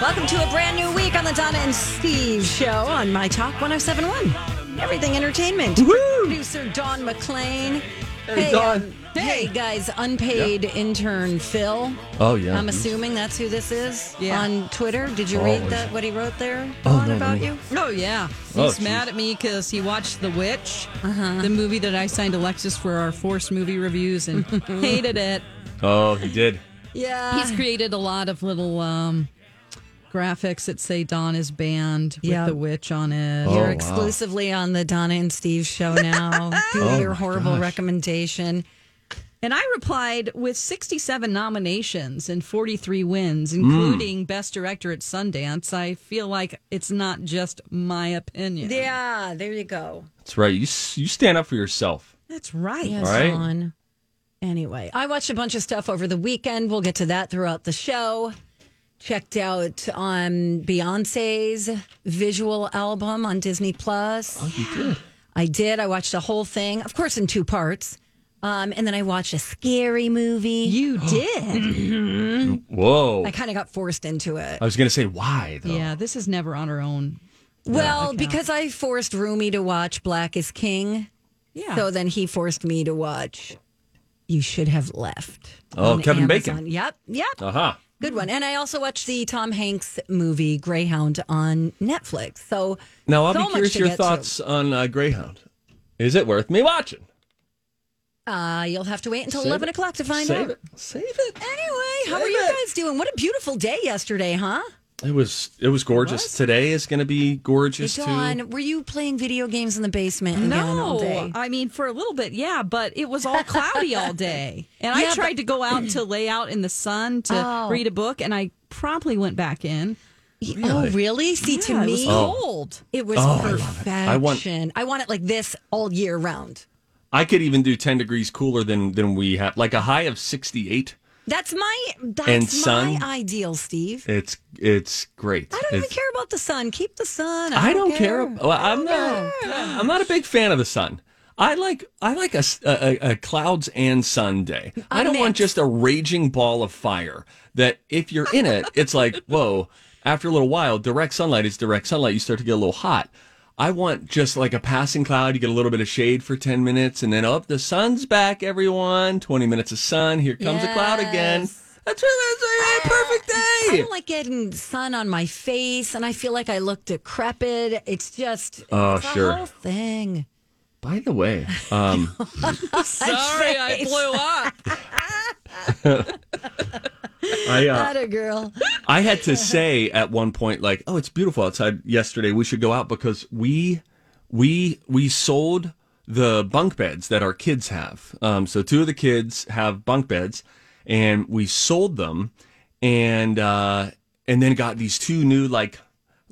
Welcome to a brand new week on the Donna and Steve show on My Talk 1071. Everything entertainment. Producer Dawn McLean. Hey, Dawn. um, hey, guys, unpaid intern Phil. Oh yeah. I'm assuming that's who this is Yeah. on Twitter. Did you read Always. that what he wrote there Oh, Dawn, no, about no. you? Oh yeah, he's Oh, geez. mad at me because he watched The Witch, the movie that I signed Alexis for our forced movie reviews, and hated it. Oh, he did. Yeah. Oh, He's created a lot of little um, graphics that say Dawn is banned Yeah. with the witch on it. Oh, You're wow. exclusively on the Donna and Steve show now. Do Oh, your my horrible gosh. recommendation. And I replied with 67 nominations and 43 wins, Hmm. including Best Director at Sundance. I feel like it's not just my opinion. Yeah, there you go. That's right. You s- you stand up for yourself. That's right. Yes, All right. on. Anyway, I watched a bunch of stuff over the weekend. We'll get to that throughout the show. Checked out um, Beyonce's visual album on Disney Plus. Oh, you did. I did. I watched the whole thing, of course, in two parts. Um, and then I watched a scary movie. You did. Whoa. I kind of got forced into it. I was gonna say why though. yeah, this is never on our own. well, because I forced Rumi to watch Black is King. Yeah. So then he forced me to watch You Should Have Left. Oh, on Kevin Bacon. Amazon. Yep, yep. Uh huh. Good one. And I also watched the Tom Hanks movie Greyhound on Netflix. So Now I'll so be much curious to your get to. thoughts on uh, Greyhound. Is it worth me watching? Uh, you'll have to wait until Save eleven it. o'clock to find Save out. it. Save it. Anyway, how Save are you it. guys doing? What a beautiful day yesterday, huh? It was it was gorgeous. Today is gonna be gorgeous too. Dawn, were you playing video games in the basement again all No, day? I mean for a little bit, yeah, but it was all cloudy all day, and Yeah, I but- tried to go out to lay out in the sun to Oh. read a book, and I promptly went back in. Oh, really? See, to Yeah, me, it was cold. it was Oh, I love it. perfection. I want- I want it like this all year round. I could even do ten degrees cooler than than we have. Like a high of sixty eight. That's my that's And my sun? ideal, Steve. It's it's great. I don't even It's- care about the sun. Keep the sun. I don't care. Well, Oh, I'm not. I'm not a big fan of the sun. I like I like a, s- a- a- a clouds and sun day. I don't want mix. just a raging ball of fire that if you're in it, it's like whoa. After a little while, direct sunlight is direct sunlight. You start to get a little hot. I want just like a passing cloud. You get a little bit of shade for ten minutes, and then up the sun's back. Everyone, twenty minutes of sun. Here comes a cloud again. That's, that's a perfect I day. don't like getting sun on my face, and I feel like I look decrepit. It's just Oh, it's sure. a whole thing. By the way, um, Sorry, I blew up. I uh, That a girl. I had to say at one point, like, "Oh, it's beautiful outside." Yesterday, we should go out because we we we sold the bunk beds that our kids have. Um, so two of the kids have bunk beds, and we sold them, and uh, and then got these two new like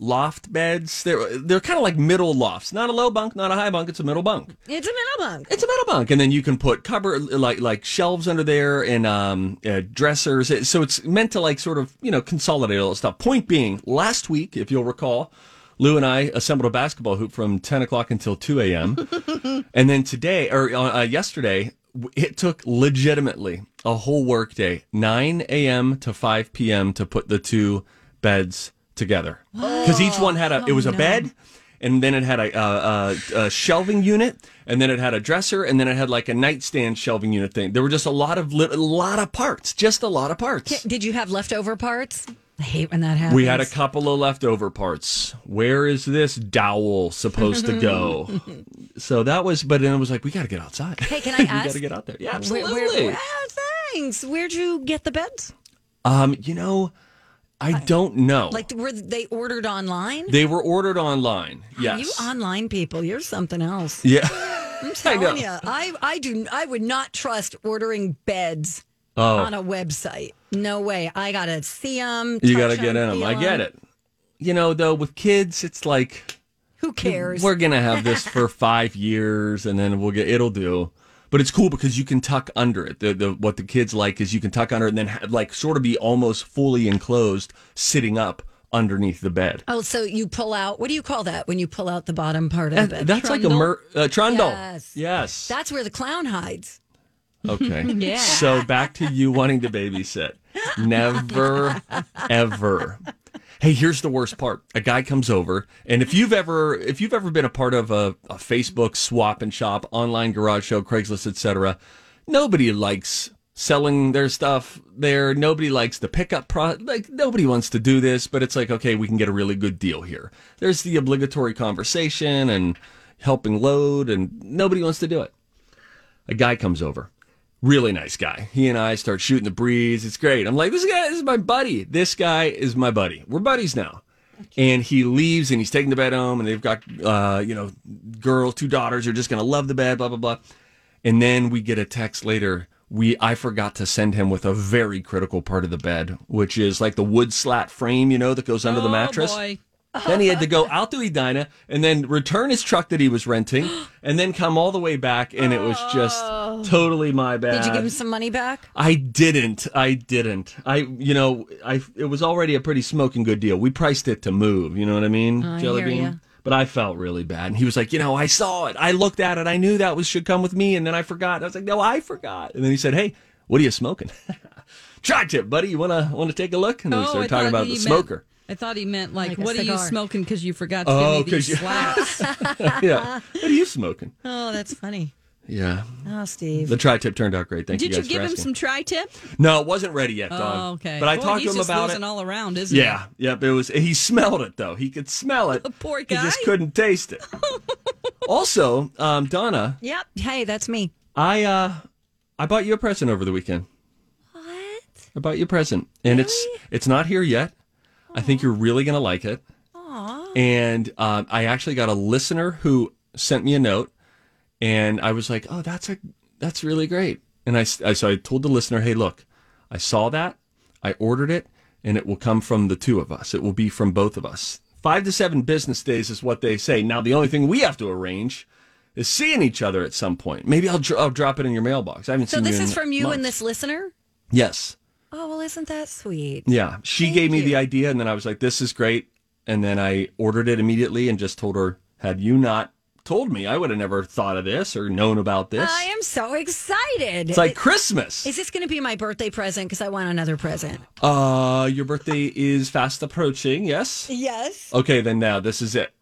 loft beds. They're they're kind of like middle lofts, not a low bunk, not a high bunk. It's a middle bunk. It's a middle bunk. It's a metal bunk, and then you can put cupboard like like shelves under there and um, uh, dressers. It- So it's meant to like sort of you know consolidate all that stuff. Point being, last week, if you'll recall, Lou and I assembled a basketball hoop from ten o'clock until two a.m. and then today or uh, uh, yesterday, w- it took legitimately a whole workday, nine a.m. to five p.m. to put the two beds together because each one had a it was a bed and then it had a, uh uh a shelving unit, and then it had a dresser, and then it had like a nightstand shelving unit thing. There were just a lot of lit a lot of parts, just a lot of parts. Did you have leftover parts? I hate when that happens. We had a couple of leftover parts. Where is this dowel supposed to go? so that was, but then it was like, we got to get outside. Hey, can I we got ask- to get out there. Yeah, Where- absolutely. where- oh, thanks. Where'd you get the beds? um, you know, I don't know. Like, were they ordered online? they were ordered online. Yes. You online people, you're something else. yeah. I'm know. telling you, I, I do. I would not trust ordering beds Oh. on a website. No way. I gotta see them. you got to get in them. I get it. You know, though, with kids, it's like Who cares? we're gonna have this for five years, and then we'll get it'll do. But it's cool because you can tuck under it. The, the what the kids like is you can tuck under it and then have, like sort of be almost fully enclosed, sitting up underneath the bed. oh, so you pull out. What do you call that when you pull out the bottom part of the bed? That's like a mer- uh, trundle. Yes. Yes. That's where the clown hides. okay. yeah. So back to you wanting to babysit. Never, ever. Hey, here's the worst part. A guy comes over, and if you've ever if you've ever been a part of a, a Facebook swap and shop, online garage show, Craigslist, etc., nobody likes selling their stuff there. Nobody likes the pickup pro like nobody wants to do this, but it's like, okay, we can get a really good deal here. There's the obligatory conversation and helping load, and nobody wants to do it. A guy comes over. Really nice guy. He and I start shooting the breeze. It's great. I'm like, this guy this is my buddy. This guy is my buddy. We're buddies now. And he leaves and he's taking the bed home and they've got, uh, you know, girls, two daughters are just going to love the bed, blah, blah, blah. And then we get a text later. We, I forgot to send him with a very critical part of the bed, which is like the wood slat frame, you know, that goes under the mattress. Boy. Then he had to go out to Edina and then return his truck that he was renting and then come all the way back. And it was just totally my bad. Oh. Did you give him some money back? I didn't. I didn't. I, you know, I, it was already a pretty smoking good deal. We priced it to move. You know what I mean? I Jelly hear bean. ya. But I felt really bad. And he was like, you know, I saw it. I looked at it. I knew that was should come with me. And then I forgot. I was like, no, I forgot. And then he said, hey, what are you smoking? Tri tip, buddy. You want to, want to take a look? And then we Oh, I started thought talking about he the meant- smoker. I thought he meant like, Like a what are you cigar. smoking because you forgot to Oh, give me 'cause you- these slaps? yeah. What are you smoking? Oh, that's funny. Yeah. Oh, Steve. The tri tip turned out great. Thank Did you you guys give for him asking. some tri-tip? No, it wasn't ready yet, Don. Oh, okay. But I Boy, talked to he's him just about losing it. all around, isn't he? yeah, yep. It was. He smelled it though. He could smell it. poor He just guy. couldn't taste it. also, um, Donna, Yep. Hey, that's me. I uh, I bought you a present over the weekend. What? I bought you a present, and it's it's not here yet. I think you're really gonna like it. Aww. And um, I actually got a listener who sent me a note, and I was like, "Oh, that's a that's really great." And I, s- I- so I told the listener, "Hey, look, I saw that, I ordered it, and it will come from the two of us. It will be from both of us. Five to seven business days is what they say. Now the only thing we have to arrange." Is seeing each other at some point. Maybe I'll, dro- I'll drop it in your mailbox. I haven't So seen this you is in from you and months. this listener. Yes. Oh well, isn't that sweet? Yeah, she gave me the idea, and then I was like, "This is great." And then I ordered it immediately, and just told her, "Had you not told me, I would have never thought of this or known about this." I am so excited. it's like Christmas. Is this going to be my birthday present? Because I want another present. uh, your birthday is fast approaching. Yes. Yes. Okay, then now this is it.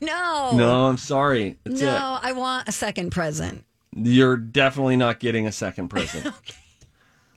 No. No, I'm sorry. That's it. Oh. No, I want a second present. You're definitely not getting a second present.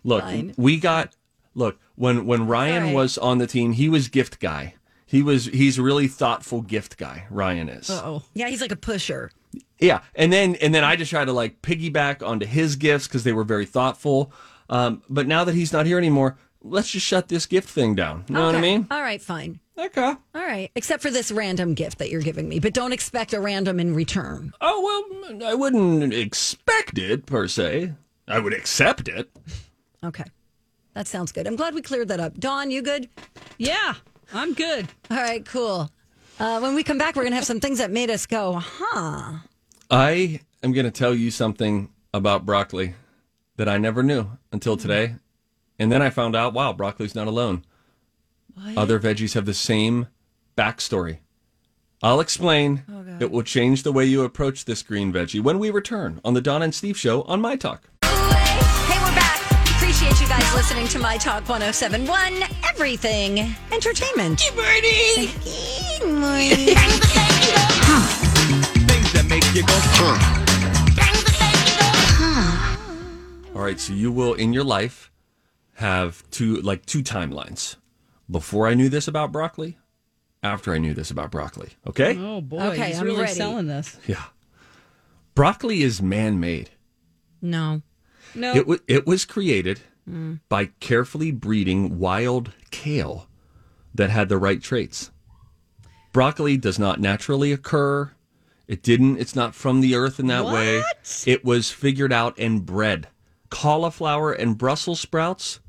Look, Fine. we got look when when Ryan right. was on the team, he was gift guy. He was he's a really thoughtful gift guy. Ryan is. Oh, Yeah, he's like a pusher. Yeah, and then and then I just try to like piggyback onto his gifts because they were very thoughtful. Um, but now that he's not here anymore, let's just shut this gift thing down. You know what I Okay. mean? All right, fine. Okay. All right, except for this random gift that you're giving me, but don't expect a random in return. Oh well, I wouldn't expect it per se. I would accept it. Okay. That sounds good. I'm glad we cleared that up. Dawn, you good? yeah. I'm good. All right, cool. Uh, when we come back, we're going to have some things that made us go, huh? I am going to tell you something about broccoli that I never knew until today, and then I found out. Wow, broccoli's not alone. Other veggies have the same backstory. I'll explain. it will change the way you approach this green veggie when we return on the Don and Steve Show on My Talk. Hey, we're back. Appreciate you guys listening oh to My Talk 1071, Everything Entertainment. Hey, Bernie. Things that make you go. All right, so you will in your life have two like two timelines. Before I knew this about broccoli, after I knew this about broccoli. Okay? Oh boy, Okay, he's I'm really ready. selling this. Yeah. Broccoli is man-made. No. No, It, wa it was created by carefully breeding wild kale that had the right traits. Broccoli does not naturally occur. It didn't. It's not from the earth in that way. It was figured out and bred. Cauliflower and Brussels sprouts,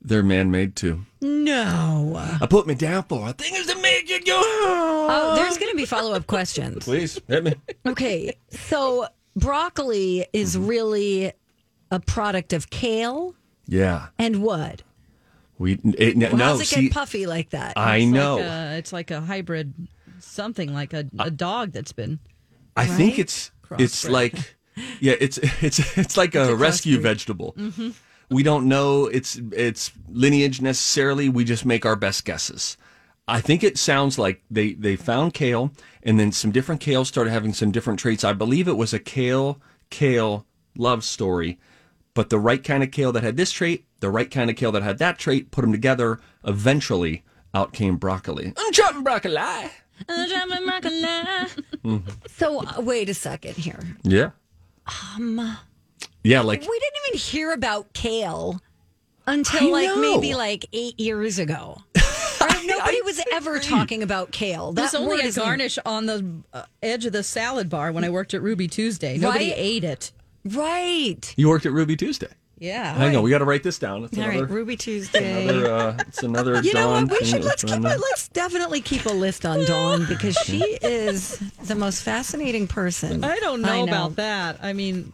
they're man made too. No. I put me down for a thing is to make you go. Oh, Oh, there's going to be follow up questions. Please, hit me. Okay, so broccoli is really a product of kale Yeah. and what? We, it, Well, no, how does it see, get puffy like that? I it's know. Like a, Uh, it's like a hybrid, something like a, a dog that's been. I think it's it's Crossbred. like yeah, it's it's it's like a, Mm-hmm. rescue vegetable. We don't know its its lineage necessarily. We just make our best guesses. I think it sounds like they they found kale and then some different kale started having some different traits. I believe it was a kale kale love story, but the right kind of kale that had this trait, the right kind of kale that had that trait, put them together. Eventually, out came broccoli. I'm chopping broccoli. Mm-hmm. So uh, wait a second here. Yeah. Um. Yeah, like We didn't even hear about kale until I like know. maybe like eight years ago. Right? Nobody was ever talking about kale. There's That's only word a is new. garnish on the uh, edge of the salad bar when I worked at Ruby Tuesday. Nobody Right? ate it. Right. you worked at Ruby Tuesday. Yeah. Hang on, we got to write this down. It's All right, another, Ruby Tuesday. another uh, it's another. You know Dawn what? We thing should that let's we're keep trying a, to- let's definitely keep a list on Dawn because she is the most fascinating person. I don't know, Mm-hmm. about that. I mean,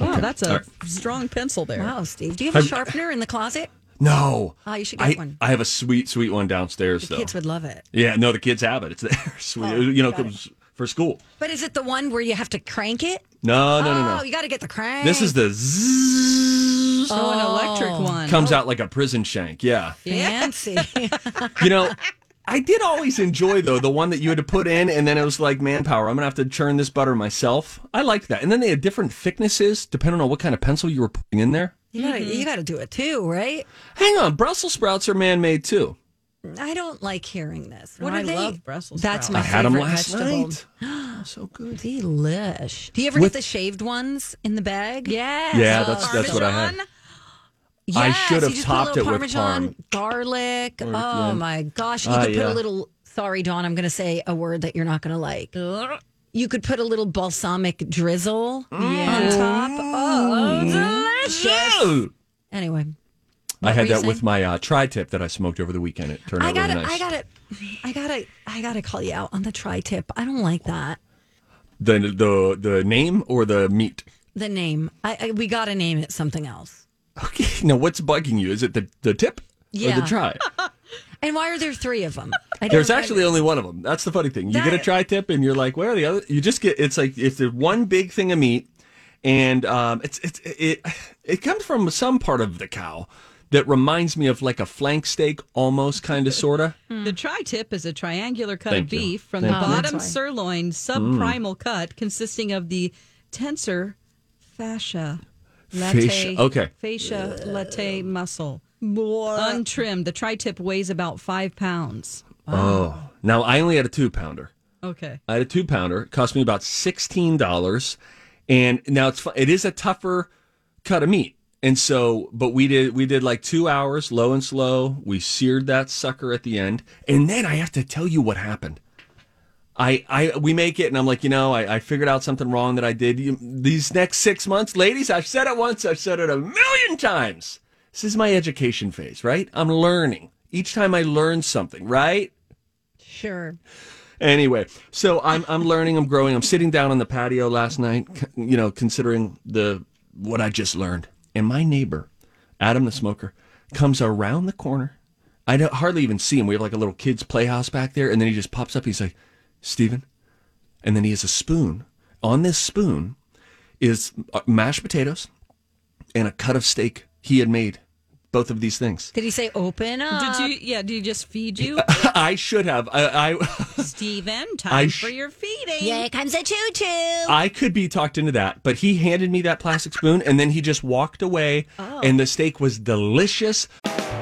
wow, that's All a right. strong pencil there. Wow, Steve, do you have a sharpener in the closet? No. Oh, you should get I, one. I have a sweet, sweet one downstairs though. Kids would love Oh, it. yeah, no, the kids have it. It's theirs. We, you know, 'cause for school. But is it the one where you have to crank it? No, no, no, Oh, no. you got to get the crank. This is the zzz, Oh, an electric one. Oh. comes out like a prison shank. Yeah. fancy. You know. I did always enjoy though the one that you had to put in, and then it was like manpower. I'm gonna have to churn this butter myself. I liked that, and then they had different thicknesses depending on what kind of pencil you were putting in there. you got to Mm-hmm. you got to do it too, right? Hang on, Brussels sprouts are man-made too. I don't like hearing this. What I are they? love Brussels That's my I had them favorite last vegetable. night. so good. Delish. Do you ever With- get the shaved ones in the bag? Oh, Yes. Yeah, that's- that's what I had. Parmesan. Yes, I should have you just topped put a it little with parmesan, parm. garlic. oh yeah. my gosh, you Ah, could put yeah. a little. Sorry, Dawn, I'm going to say a word that you're not going to like. You could put a little balsamic drizzle on top. Oh, delicious. Oh! Anyway, I had were you that with saying? my uh, tri-tip that I smoked over the weekend. It turned I out got to really nice. I got to I got to I got to call you out on the tri-tip. I don't like that. The, the the name or the meat? The name. I, I we got to name it something else. Okay. Now, what's bugging you? Is it the, the tip or Yeah. the try? And why are there 3 of them? I There's don't- I- actually only one of them. That's the funny thing. You get a That- tri-tip and you're like, where are the other? You just get. It's like if there's one big thing of meat, and um, it's it's it it comes from some part of the cow that reminds me of like a flank steak, almost kind of sorta. The tri tip is a triangular cut Thank of you. beef from Thank the you. Mm. bottom sirloin subprimal cut consisting of the tensor fascia latte Fascia, okay. fascia latte muscle. Untrimmed. The tri tip weighs about five pounds. Oh, now I only had a two pounder. Okay. I had a two pounder. It cost me about sixteen dollars, and now it's fu- it is a tougher cut of meat. And so, but we did we did like two hours, low and slow. We seared that sucker at the end, and then I have to tell you what happened. I, I we make it, and I'm like, you know, I, I figured out something wrong that I did. You, these next six months, ladies, I've said it once, I've said it a million times. This is my education phase, right? I'm learning. Each time I learn something, right? Sure. Anyway, so I'm I'm learning, I'm growing. I'm sitting down on the patio last night, c- you know, considering the what I just learned. And my neighbor, Adam the smoker, comes around the corner. I don't, hardly even see him. We have like a little kids playhouse back there, and then he just pops up. He's like, "Steven." and then he has a spoon. On this spoon is uh, mashed potatoes and a cut of steak he had made both of these things. Did he say open up? Did you? Yeah. Did you just feed you, I should have. I I, Stephen? I Time sh- for your feeding. Here comes a choo choo. I could be talked into that, but he handed me that plastic spoon and then he just walked away and the steak was delicious.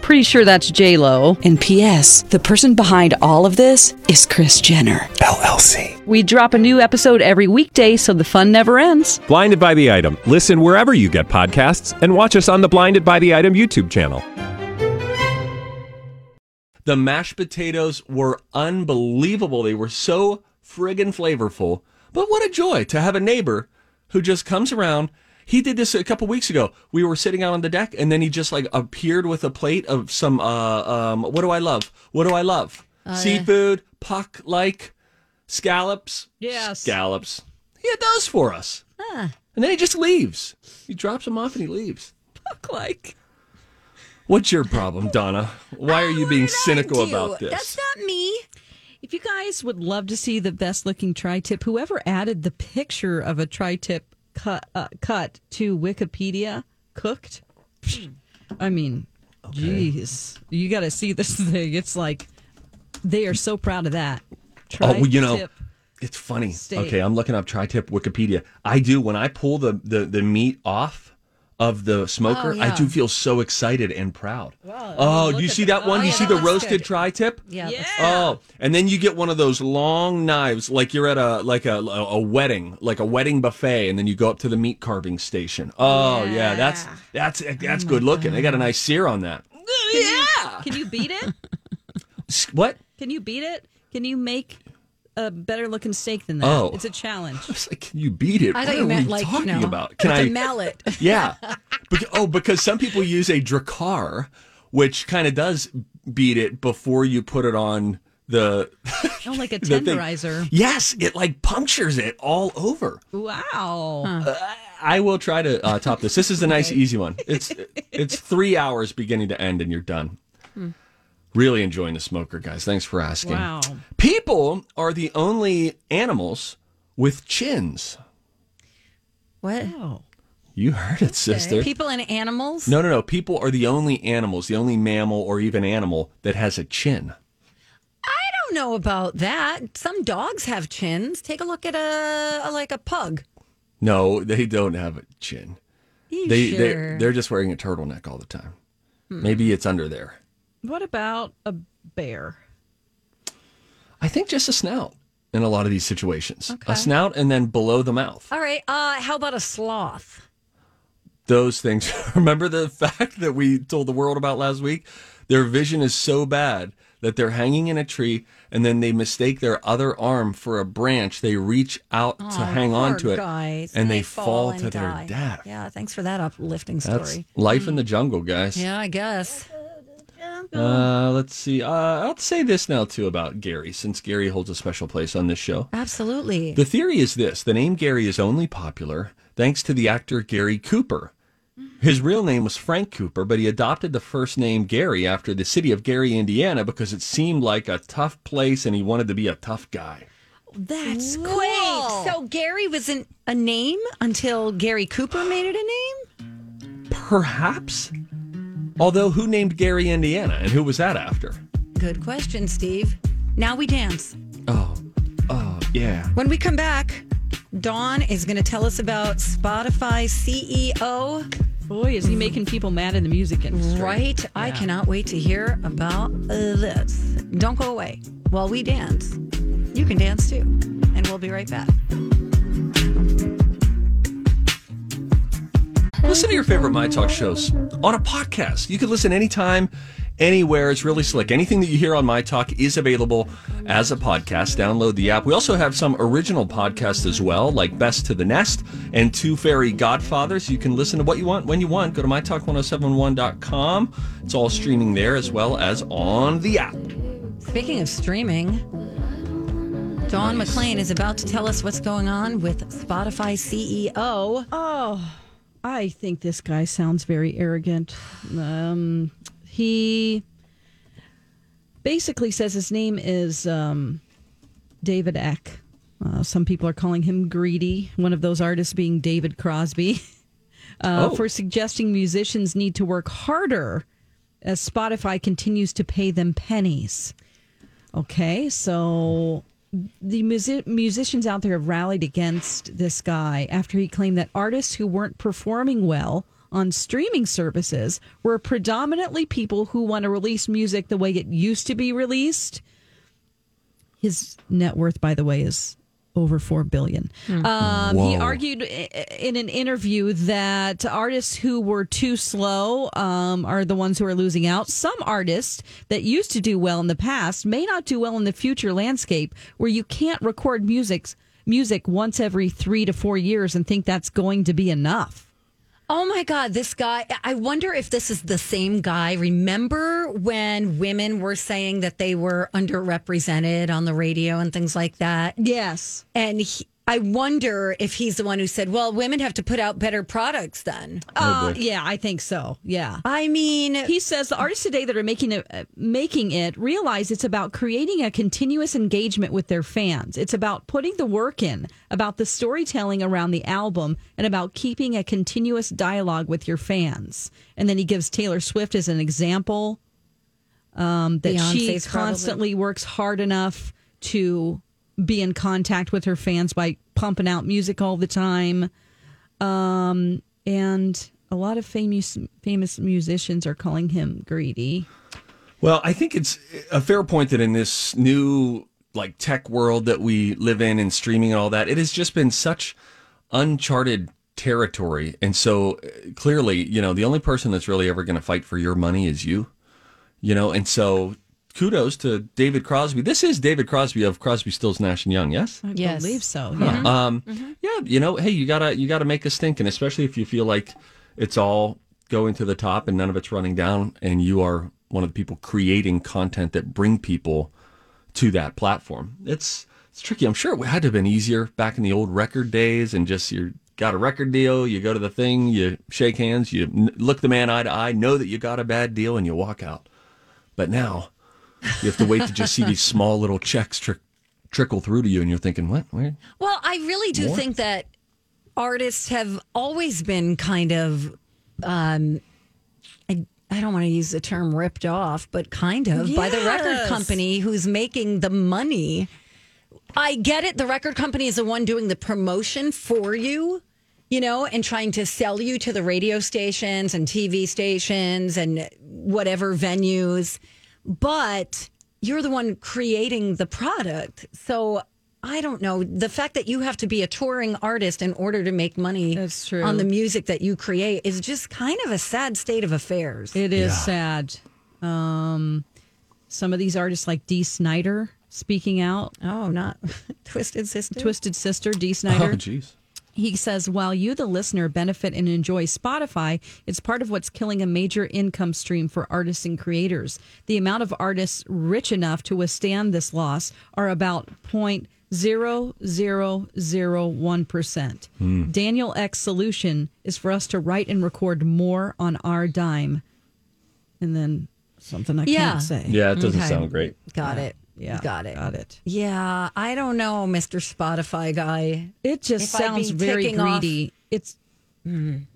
Pretty sure that's J Lo. And P.S. The person behind all of this is Chris Jenner. LLC. We drop a new episode every weekday, so the fun never ends. Blinded by the Item. Listen wherever you get podcasts and watch us on the Blinded by the Item YouTube channel. The mashed potatoes were unbelievable. They were so friggin' flavorful. But what a joy to have a neighbor who just comes around. He did this a couple weeks ago. We were sitting out on the deck, and then he just like appeared with a plate of some. Uh, um, what do I love? What do I love? Seafood, puck like scallops. Yes. scallops. He had those for us, and then he just leaves. He drops them off and he leaves. Look like. What's your problem, Donna? Why are you being cynical about this? That's not me. If you guys would love to see the best looking tri tip, whoever added the picture of a tri tip cut, uh, cut to Wikipedia cooked, psh, I mean, jeez, you got to see this thing. It's like they are so proud of that. Oh, well, you know, Tri-tip. it's funny. steak. Okay, I'm looking up tri-tip Wikipedia. I do when I pull the the, the meat off of the smoker, I do feel so excited and proud. oh, do you see that one? you see the roasted tri-tip? Yeah. Yeah. Oh, and then you get one of those long knives, like you're at a like a a wedding, like a wedding buffet, and then you go up to the meat carving station. Oh yeah, Oh, that's that's that's good looking. They got a nice sear on that. uh, yeah. Can you beat it? S- What? Can you beat it? Can you make a better looking steak than that? Oh. It's a challenge. I was like, can you beat it? I What thought you are meant we like talking no, about? Can with I a mallet? Yeah. Bec- oh, because some people use a dracar, which kind of does beat it before you put it on the. Oh, like a the thing. tenderizer. Yes, it like punctures it all over. Wow. I will try to uh, top this. This is a nice, easy one. It's it's three hours beginning to end, and you're done. Hmm. Really enjoying the smoker, guys. Thanks for asking. Wow. People are the only animals with chins. What? You heard it, sister. People and animals? No, no, no. People are the only animals, the only mammal or even animal that has a chin. I don't know about that. Some dogs have chins. Take a look at a, a like a pug. No, they don't have a chin. You They sure? Hmm. they they're just wearing a turtleneck all the time. Maybe it's under there. What about a bear? I think just a snout in a lot of these situations. A snout and then below the mouth. All right. Uh, how about a sloth? Those things. Remember the fact that we told the world about last week? Their vision is so bad that they're hanging in a tree and then they mistake their other arm for a branch. They reach out to hang on Poor to it guys. and they, fall, and to die. their death. Yeah. Uh, Thanks for that uplifting story. That's life in the jungle, guys. yeah, I guess. Uh, let's see. Uh, I'll say this now too about Gary, since Gary holds a special place on this show. Absolutely. The theory is this: the name Gary is only popular thanks to the actor Gary Cooper. His real name was Frank Cooper, but he adopted the first name Gary after the city of Gary, Indiana, because it seemed like a tough place, and he wanted to be a tough guy. That's cool. So Gary wasn't a name until Gary Cooper made it a name? Perhaps. Although, who named Gary, Indiana, and who was that after? Good question, Steve. Now we dance. Oh, oh, yeah. When we come back, Dawn is going to tell us about Spotify E CEO. Boy, is he making people mad in the music industry. Right? I cannot wait to hear about uh, this. Don't go away. While we dance, you can dance too. And we'll be right back. Listen to your favorite My Talk shows on a podcast. You can listen anytime, anywhere. It's really slick. Anything that you hear on My Talk is available as a podcast. Download the app. We also have some original podcasts as well, like Best to the Nest and Two Fairy Godfathers. You can listen to what you want when you want. Go to mytalk1071.com. It's all streaming there as well as on the app. Speaking of streaming, Dawn McLean is about to tell us what's going on with Spotify E CEO. I think this guy sounds very arrogant. Um, he basically says his name is um, David Eck. Uh, some people are calling him greedy, one of those artists being David Crosby, uh, Oh. for suggesting musicians need to work harder as Spotify continues to pay them pennies. Okay, so the music- musicians out there have rallied against this guy after he claimed that artists who weren't performing well on streaming services were predominantly people who want to release music the way it used to be released. His net worth, by the way, is over four billion. Um, he argued i- i- in an interview that artists who were too slow um, are the ones who are losing out. Some artists that used to do well in the past may not do well in the future landscape, where you can't record music music once every three to four years and think that's going to be enough. Oh my God, this guy. I wonder if this is the same guy. Remember when women were saying that they were underrepresented on the radio and things like that? Yes. And he, I wonder if he's the one who said, well, women have to put out better products then. Uh, yeah, I think so. Yeah. I mean, He says the artists today that are making it, uh, making it realize it's about creating a continuous engagement with their fans. It's about putting the work in, about the storytelling around the album, and about keeping a continuous dialogue with your fans. And then he gives Taylor Swift as an example um, that Beyonce's she probably- constantly works hard enough to be in contact with her fans by pumping out music all the time um, and a lot of famous famous musicians are calling him greedy. Well, I think it's a fair point that in this new like tech world that we live in and streaming and all that, it has just been such uncharted territory. And so uh, clearly, you know, the only person that's really ever going to fight for your money is you. You know, and so kudos to David Crosby. This is David Crosby of Crosby, Stills, Nash and Young, yes? I Yes. believe so. Yeah. Um, yeah, you know, hey, you gotta you gotta make a stink, and especially if you feel like it's all going to the top and none of it's running down, and you are one of the people creating content that bring people to that platform. It's it's tricky. I'm sure it had to have been easier back in the old record days, and just you got a record deal, you go to the thing, you shake hands, you n- look the man eye to eye, know that you got a bad deal, and you walk out. But now you have to wait to just see these small little checks trick. Trickle through to you, and you're thinking, "What? Where? Well, I really do think that artists have always been kind of, um, I, I don't want to use the term ripped off, but kind of by the record Yes. company who's making the money. I get it. The record company is the one doing the promotion for you, you know, and trying to sell you to the radio stations and TV stations and whatever venues. But you're the one creating the product. So I don't know. The fact that you have to be a touring artist in order to make money That's true. on the music that you create is just kind of a sad state of affairs. It is sad. Um, some of these artists like Dee Snyder speaking out. oh, not Twisted Sister. Twisted Sister, Dee Oh, Snyder. jeez." He says, while you, the listener, benefit and enjoy Spotify, it's part of what's killing a major income stream for artists and creators. The amount of artists rich enough to withstand this loss are about 0.0001%. Daniel X's solution is for us to write and record more on our dime. And then something I Yeah. can't say. Yeah, it doesn't Okay. sound great. Got it. Yeah. Got it. Got it. Yeah, I don't know, Mr. Spotify guy. It just If I'd sounds be very ticking off- greedy. It's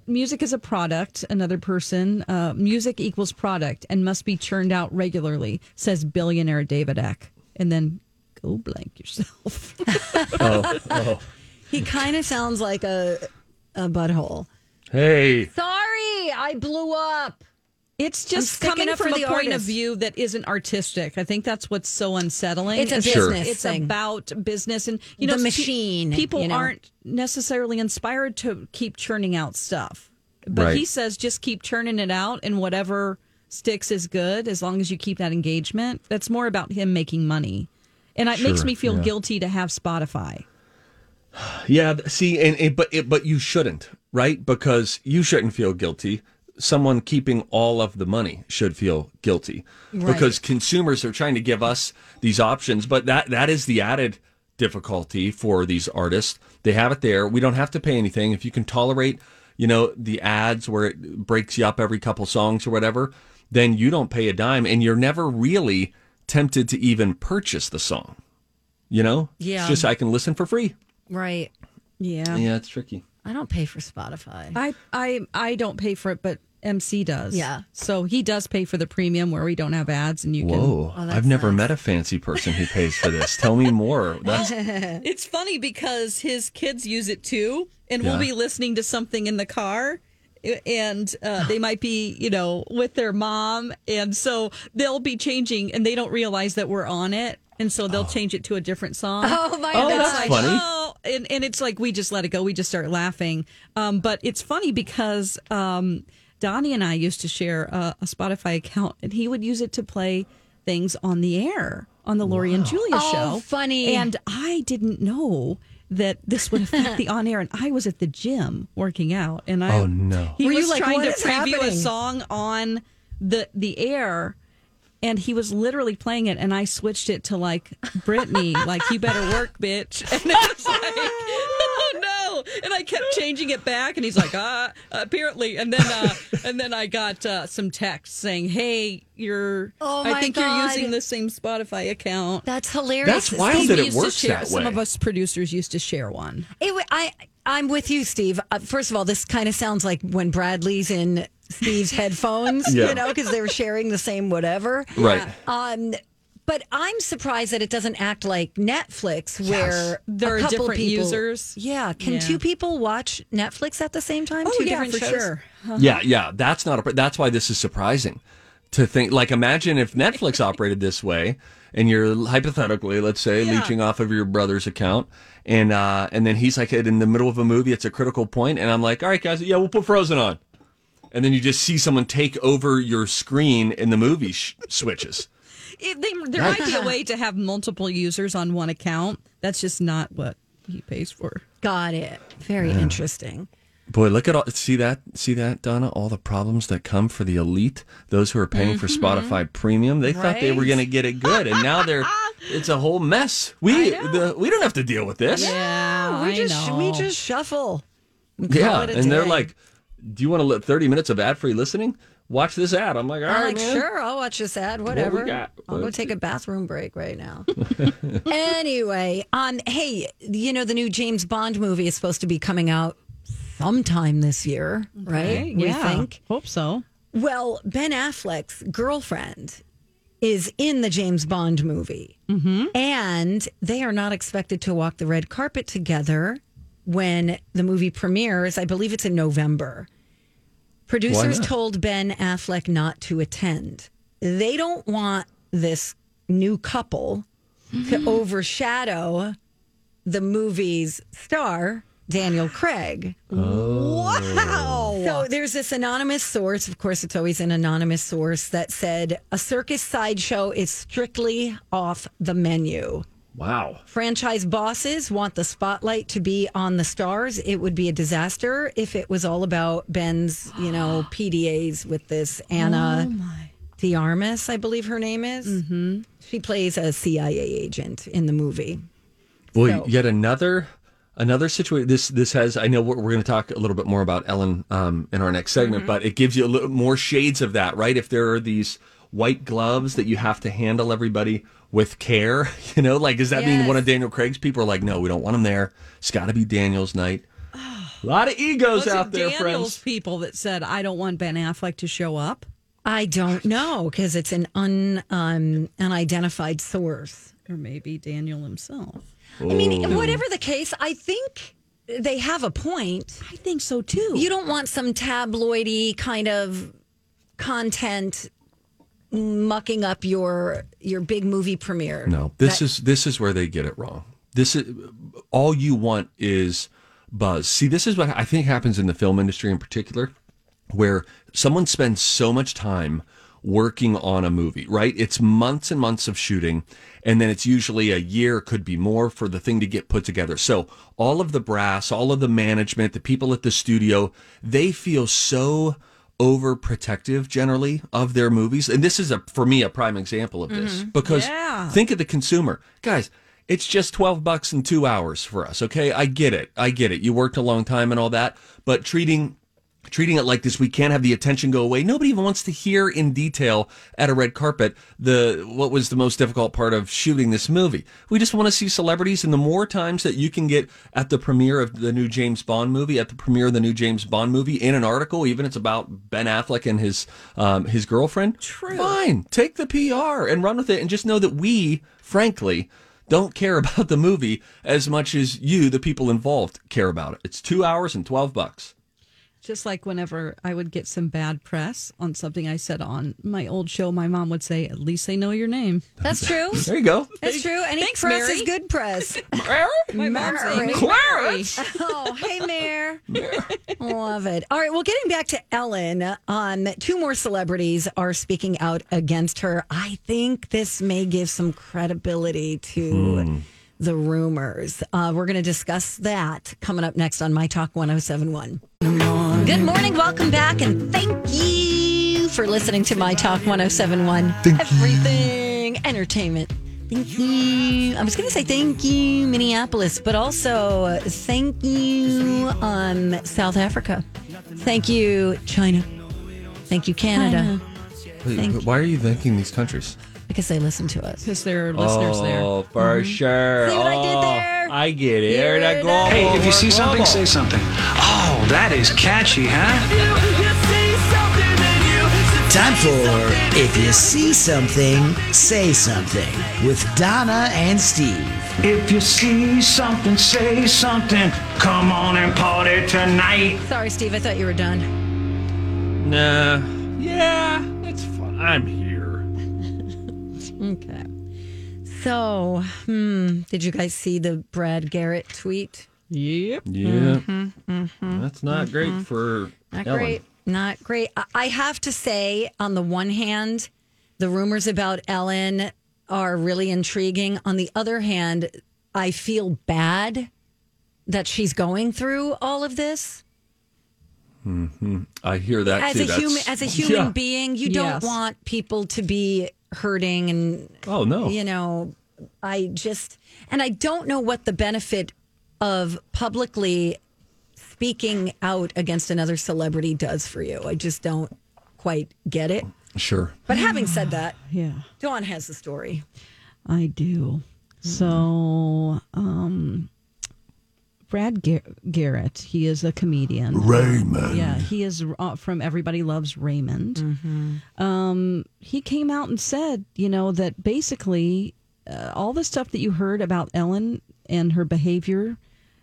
music is a product. Another person, uh, music equals product and must be churned out regularly, says billionaire David Eck. And then go blank yourself. He kind of sounds like a a butthole. Hey, Sorry, I blew up. It's just sticking coming up for from a the point of artist. view that isn't artistic. I think that's what's so unsettling. It's a Sure. business It's thing. about business and you know The pe- machine, people you know? aren't necessarily inspired to keep churning out stuff. But Right. he says just keep churning it out, and whatever sticks is good as long as you keep that engagement. That's more about him making money. And it makes Sure, me feel yeah. guilty to have Spotify. Yeah, th- see, and, and- but it, but you shouldn't, right? Because you shouldn't feel guilty. Someone keeping all of the money should feel guilty because consumers are trying to give us these options. But that that is the added difficulty for these artists. They have it there. We don't have to pay anything if you can tolerate, you know, the ads where it breaks you up every couple songs or whatever. Then you don't pay a dime, and you're never really tempted to even purchase the song. You know, Yeah. it's just I can listen for free. Right. Yeah. Yeah, it's tricky. I don't pay for Spotify. I I I don't pay for it, but MC does. Yeah. So he does pay for the premium where we don't have ads and you Whoa, Oh, I've never met a fancy person who pays for this. Tell me more. That's can It's funny because his kids use it too and we'll Yeah. be listening to something in the car and uh, they might be, you know, with their mom and so they'll be changing and they don't realize that we're on it and so they'll change it to a different song. Oh my Oh, god. that's Like, funny. Oh, and, and it's like we just let it go. We just start laughing. Um, but it's funny because um, Donnie and I used to share a, a Spotify account, and he would use it to play things on the air on the Lori and Julia Oh, show. funny. And I didn't know that this would affect the on air, and I was at the gym working out, and I Oh, no. he Were you was like, trying "What to is preview a happening?" song on the the air and he was literally playing it, and I switched it to like Britney, like you better work, bitch. And I was like, oh no! And I kept changing it back, and he's like, ah, apparently. And then, uh, and then I got uh, some text saying, hey, you're, Oh, I my think God. you're using the same Spotify account. That's hilarious. That's wild Steve. that We it used to works share- that Some way. of us producers used to share one. It, wa- I, I'm with you, Steve. Uh, first of all, this kind of sounds like when Bradley's in Steve's headphones, Yeah. you know, because they were sharing the same whatever. right. Um, but I'm surprised that it doesn't act like Netflix, where There a are couple different people- users. Yeah, can Yeah. Oh, two people watch Netflix at the same time? Two different shows. Yeah, yeah. That's not a. pr- That's why this is surprising. To think, like, imagine if Netflix operated this way, and you're hypothetically, let's say, leeching off of your brother's account, and uh, and then he's like in the middle of a movie, it's a critical point, and I'm like, all right, guys, yeah, we'll put Frozen on, and then you just see someone take over your screen, and the movie sh- switches. It, they, there might be a way to have multiple users on one account. That's just not what he pays for. Got it. Very interesting. Boy, look at all see that see that Donna, all the problems that come for the elite, those who are paying for Spotify Premium. They thought they Mm-hmm. were Right. going to get it good, and now they're it's a whole mess. We the, we don't have to deal with this. Yeah, Yeah, Oh, we just we just shuffle. it a and they're day. like, "Do you want to let thirty minutes of ad free listening? Watch this ad." I'm like, "All right, I'm like, man." sure, I'll watch this ad, whatever. got? I'll go Let's take a bathroom break right now. anyway, um, hey, you know the new James Bond movie is supposed to be coming out sometime this year, right? We think. Hope so. Well, Ben Affleck's girlfriend is in the James Bond movie, and they are not expected to walk the red carpet together when the movie premieres. I believe it's in November. Producers not? told Ben Affleck not to attend. They don't want this new couple to overshadow the movie's star, Daniel Craig. Wow. So there's this anonymous source, of course, it's always an anonymous source, that said a circus sideshow is strictly off the menu. Wow, Franchise bosses want the spotlight to be on the stars. It would be a disaster if it was all about Ben's, you know, PDAs with this Anna Diarmas, I believe her name is. Oh Mm-hmm. She plays a CIA agent in the movie. boy, yet another another situation. This this has. I know we're, we're going to talk a little bit more about Ellen um, in our next segment, but it gives you a little more shades of that, right? If there are these white gloves that you have to handle everybody with care, you know, like does that mean one of Daniel Craig's people are like, no, we don't want him there. It's got to be Daniel's night. A lot of egos Was it out there, Daniel's friends. people that said, "I don't want Ben Affleck to show up"? I don't know because it's an un, um, unidentified source. Or maybe Daniel himself. I mean, whatever the case, I think they have a point. I think so too. You don't want some tabloidy kind of content mucking up your your big movie premiere. No, this is this is where they get it wrong. This is all you want is buzz. See, this is what I think happens in the film industry in particular. where someone spends so much time working on a movie, right? It's months and months of shooting, and then it's usually a year, could be more, for the thing to get put together. So all of the brass, all of the management, the people at the studio, they feel so overprotective generally of their movies. And this is a for me a prime example of this because think of the consumer. Guys, it's just 12 bucks in 2 hours for us, okay? I get it. I get it. You worked a long time and all that, but treating treating it like this we can't have the attention go away nobody even wants to hear in detail at a red carpet the what was the most difficult part of shooting this movie we just want to see celebrities and the more times that you can get at the premiere of the new james bond movie at the premiere of the new james bond movie in an article even if it's about ben affleck and his um, his girlfriend True. fine take the pr and run with it and just know that we frankly don't care about the movie as much as you the people involved care about it it's two hours and 12 bucks Just like whenever I would get some bad press on something I said on my old show, my mom would say, "At least they know your name." That's true. there you go That's true. Any Thanks, press Mary. is good press. My mom's Mary. Clarence. oh, hey, Mayor. Love it. All right. Well, getting back to Ellen, um, two more celebrities are speaking out against her. I think this may give some credibility to Hmm. the rumors. Uh, we're going to discuss that coming up next on My Talk 1071. Good morning. Welcome back. And thank you for listening to My Talk 1071. Everything entertainment. Thank you. I was going to say thank you, Minneapolis, but also uh, thank you, um, South Africa. Thank you, China. Thank you, Canada, why are you thanking these countries because they listen to us. Because there are listeners there. Oh, for sure. Mm-hmm. See what I did Oh, there? I get it. There Here that it global. is. Hey, if you see something, say global. something. Oh, that is catchy, huh? Time for If You See Something, Say Something with Donna and Steve. If you see something, say something. Come on and party tonight. Sorry, Steve. I thought you were done. Nah. Yeah, it's fine. I'm here. Okay. So, hmm, did you guys see the Brad Garrett tweet? Yep. Yeah. That's not great for Mm-hmm, Not Ellen. great. Not great. I- I have to say, on the one hand, the rumors about Ellen are really intriguing. On the other hand, I feel bad that she's going through all of this. I hear that As too. a That's- human as a human Yeah. being, you don't Yes. want people to be hurting and Oh no. you know, I just, and I don't know what the benefit of publicly speaking out against another celebrity does for you. I just don't quite get it. Sure. But having said that, Yeah. Dawn has the story. I do. So, um, Brad Gar- Garrett, he is a comedian. Raymond. Yeah, he is uh, from Everybody Loves Raymond. Um, he came out and said, you know, that basically uh, all the stuff that you heard about Ellen and her behavior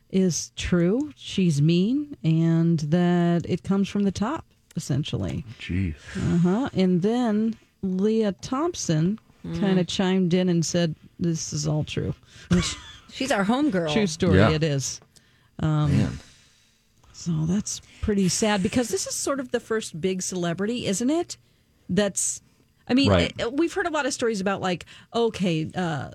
is true. She's mean, and that it comes from the top, essentially. Jeez. Uh-huh. And then Leah Thompson kind of chimed in and said, "This is all true. She's our homegirl. True story. Yeah. It is." Um, Man. So that's pretty sad because this is sort of the first big celebrity, isn't it? That's I mean, Right. it- we've heard a lot of stories about like, okay,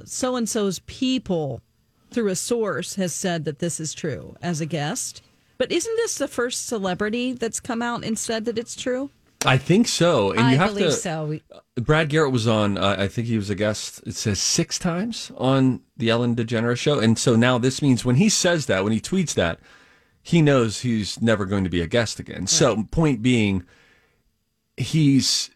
so and so's people through a source has said that this is true as a guest. But isn't this the first celebrity that's come out and said that it's true? I think so. And I you have believe to so. We- Brad Garrett was on. Uh, I think he was a guest. It says six times on the Ellen DeGeneres show, and so now this means when he says that, when he tweets that, he knows he's never going to be a guest again. So, point being, he's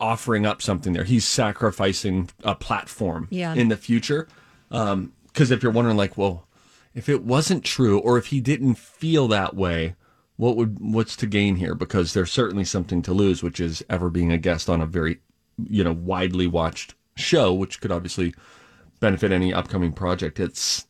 offering up something there. He's sacrificing a platform Yeah. in the future. Because if you're wondering, like, well, if it wasn't true, or if he didn't feel that way. What would what's to gain here? Because there's certainly something to lose, which is ever being a guest on a very you know widely watched show, which could obviously benefit any upcoming project. It's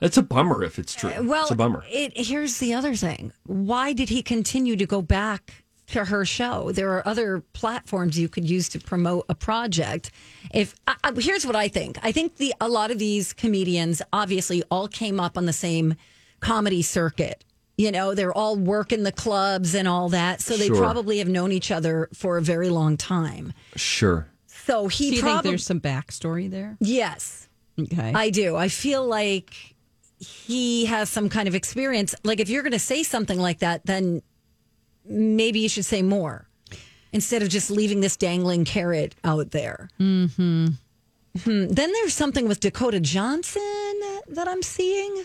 it's a bummer if it's true. well, it's a bummer. It, here's the other thing. Why did he continue to go back to her show? There are other platforms you could use to promote a project. If I, I- here's what I think, I think the a lot of these comedians obviously all came up on the same comedy circuit You know, they're all working the clubs and all that. So they Sure. probably have known each other for a very long time. Sure. So Do he you think probably. there's some backstory there? Yes, Okay. I do. I feel like he has some kind of experience. Like, if you're going to say something like that, then maybe you should say more instead of just leaving this dangling carrot out there. Mm-hmm. Hmm. Then there's something with Dakota Johnson that I'm seeing.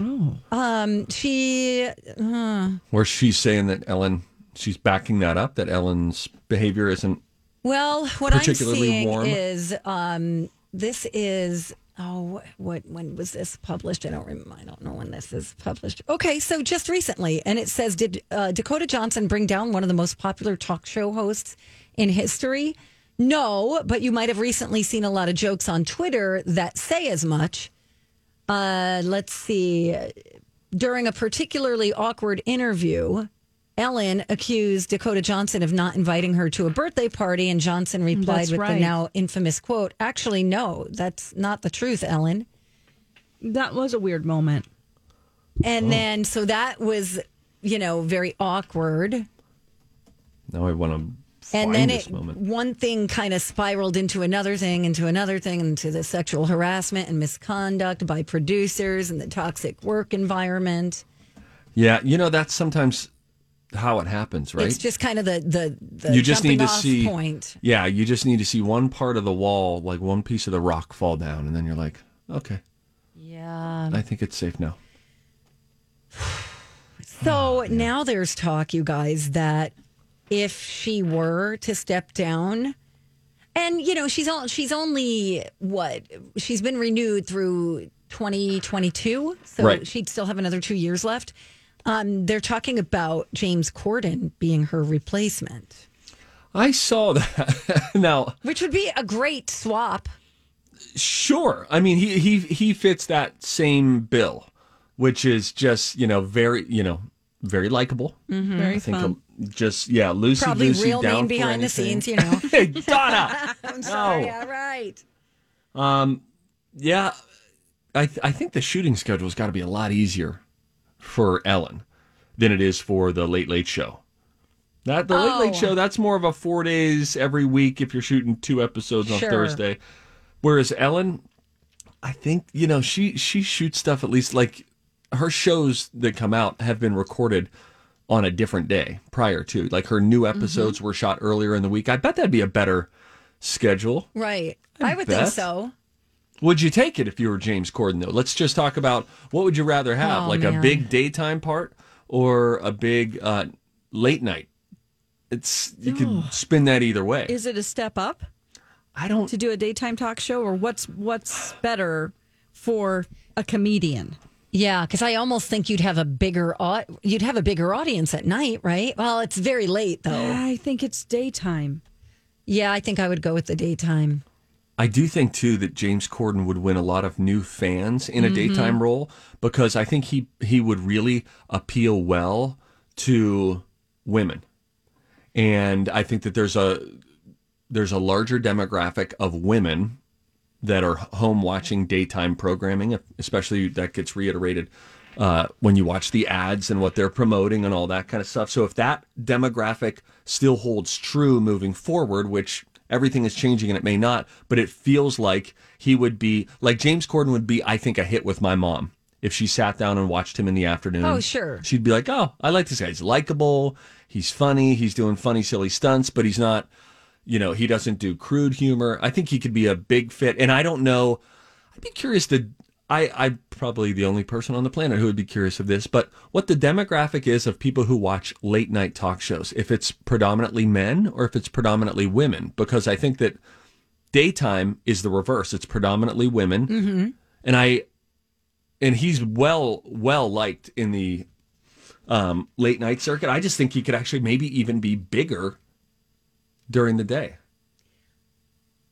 Oh. Um, she, Where she's saying that Ellen, she's backing that up, that Ellen's behavior isn't. Well, what I'm particularly seeing warm. is um, this is oh what when was this published? I don't rem- I don't know when this is published. Okay, so just recently, and it says did uh, Dakota Johnson bring down one of the most popular talk show hosts in history? No, but you might have recently seen a lot of jokes on Twitter that say as much. Uh, let's see. During a particularly awkward interview, Ellen accused Dakota Johnson of not inviting her to a birthday party, and Johnson replied Mm, That's with the right. now infamous quote Actually, no, that's not the truth, Ellen. that was a weird moment. And then, so that was, you know, very awkward. Now I want to find and then this it, moment. one thing kind of spiraled into another thing into another thing into the sexual harassment and misconduct by producers and the toxic work environment Yeah, you know, that's sometimes how it happens, right? it's just kind of the the, the you just need to jumping off see point Yeah, you just need to see one part of the wall, like one piece of the rock fall down, and then you're like, okay, yeah I think it's safe now. Ah, so now there's talk you guys that if she were to step down and you know she's all she's only what she's been renewed through 2022 so Right. she'd still have another two years left um, they're talking about james corden being her replacement I saw that. now, which would be a great swap sure. I mean, he he he fits that same bill, which is just you know very you know very likable. Very I think fun. um, just yeah, Lucy Mm-hmm. probably Lucy real down mean for behind the anything. Oh. scenes you know Hey, Donna. i'm sorry all right yeah, I th- I think the shooting schedule's got to be a lot easier for Ellen than it is for the Late Late Show. That the Late Late Oh. Show that's more of a four days every week if you're shooting two episodes on Sure. Thursday, whereas Ellen, I think you know she she shoots stuff at least like her shows that come out have been recorded on a different day prior to like her new Mm-hmm. episodes were shot earlier in the week. I bet that'd be a better schedule. right I i would bet. think so Would you take it if you were James Corden though? Let's just talk about what would you rather have, Oh, like a man. big daytime part or a big uh, late night. It's you could spin that either way. Is it a step up I don't. to do a daytime talk show, or what's what's better for a comedian? Yeah, because I almost think you'd have a bigger au- you'd have a bigger audience at night, right? Well, it's very late though. I think it's daytime. Yeah, I think I would go with the daytime. I do think too that James Corden would win a lot of new fans in a Mm-hmm. daytime role because I think he he would really appeal well to women, and I think that there's a there's a larger demographic of women that are home watching daytime programming, especially that gets reiterated uh, when you watch the ads and what they're promoting and all that kind of stuff. So if that demographic still holds true moving forward, which everything is changing and it may not, but it feels like he would be like James Corden would be, I think, a hit with my mom. If she sat down and watched him in the afternoon, Oh, sure. she'd be like, "Oh, I like this guy. He's likable. He's funny. He's doing funny, silly stunts, but he's not you know he doesn't do crude humor i think he could be a big fit and i don't know i'd be curious to i i'm probably the only person on the planet who would be curious of this but what the demographic is of people who watch late night talk shows if it's predominantly men or if it's predominantly women because i think that daytime is the reverse it's predominantly women mm-hmm. and i and he's well well liked in the um, late night circuit i just think he could actually maybe even be bigger during the day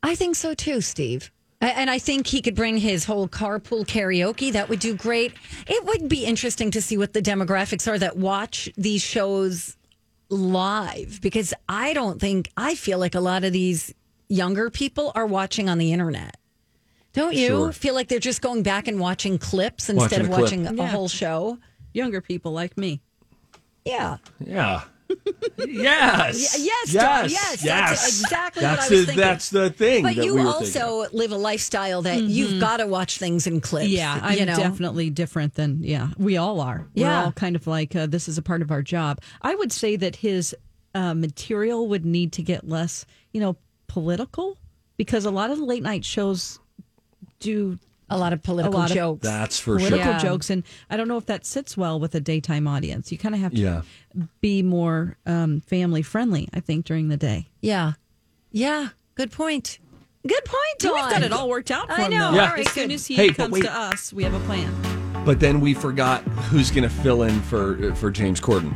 I think so too, Steve. A- And I think he could bring his whole carpool karaoke. That would do great. It would be interesting to see what the demographics are that watch these shows live because I don't think I feel like a lot of these younger people are watching on the internet. Don't you Sure. feel like they're just going back and watching clips instead Watching of a clip. watching a whole show? younger people like me. Yeah. Yeah. yes. Y- yes, Don, Yes. yes, that's yes. exactly what that's I the, was thinking. That's the thing. But that you we were thinking. also live a lifestyle that you've got to watch things in clips. Mm-hmm. Yeah, I'm you know? definitely different than yeah. We all are. Yeah. We're all kind of like uh, this is a part of our job. I would say that his uh, material would need to get less, you know, political because a lot of the late night shows do a lot of political lot of- jokes. That's for political sure. Yeah. jokes, and I don't know if that sits well with a daytime audience. You kind of have to Yeah. be more um, family friendly, I think, during the day. yeah. Yeah. Good point. Good point, Dawn. We've got it all worked out for I him. know. Though. Yeah. All right, as soon good. as he Hey, but comes wait. to us, we have a plan. But then we forgot who's going to fill in for for James Corden.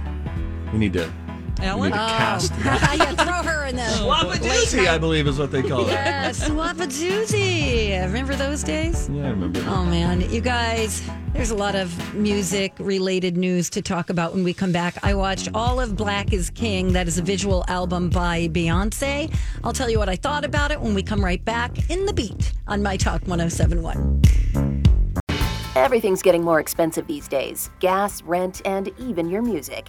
We need to. We Ellen? need to cast. yeah, throw her in the Oh. Wapadoozy, I believe, is what they call it. Yes, Wapadoozy. Remember those days? Yeah, I remember. Oh man, you guys, there's a lot of music related news to talk about when we come back. I watched all of Black is King, that is a visual album by Beyonce. I'll tell you what I thought about it when we come right back in the beat on My Talk 1071. Everything's getting more expensive these days gas, rent, and even your music.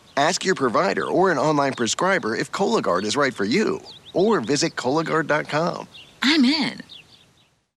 Ask your provider or an online prescriber if Cologuard is right for you, or visit Cologuard.com. I'm in.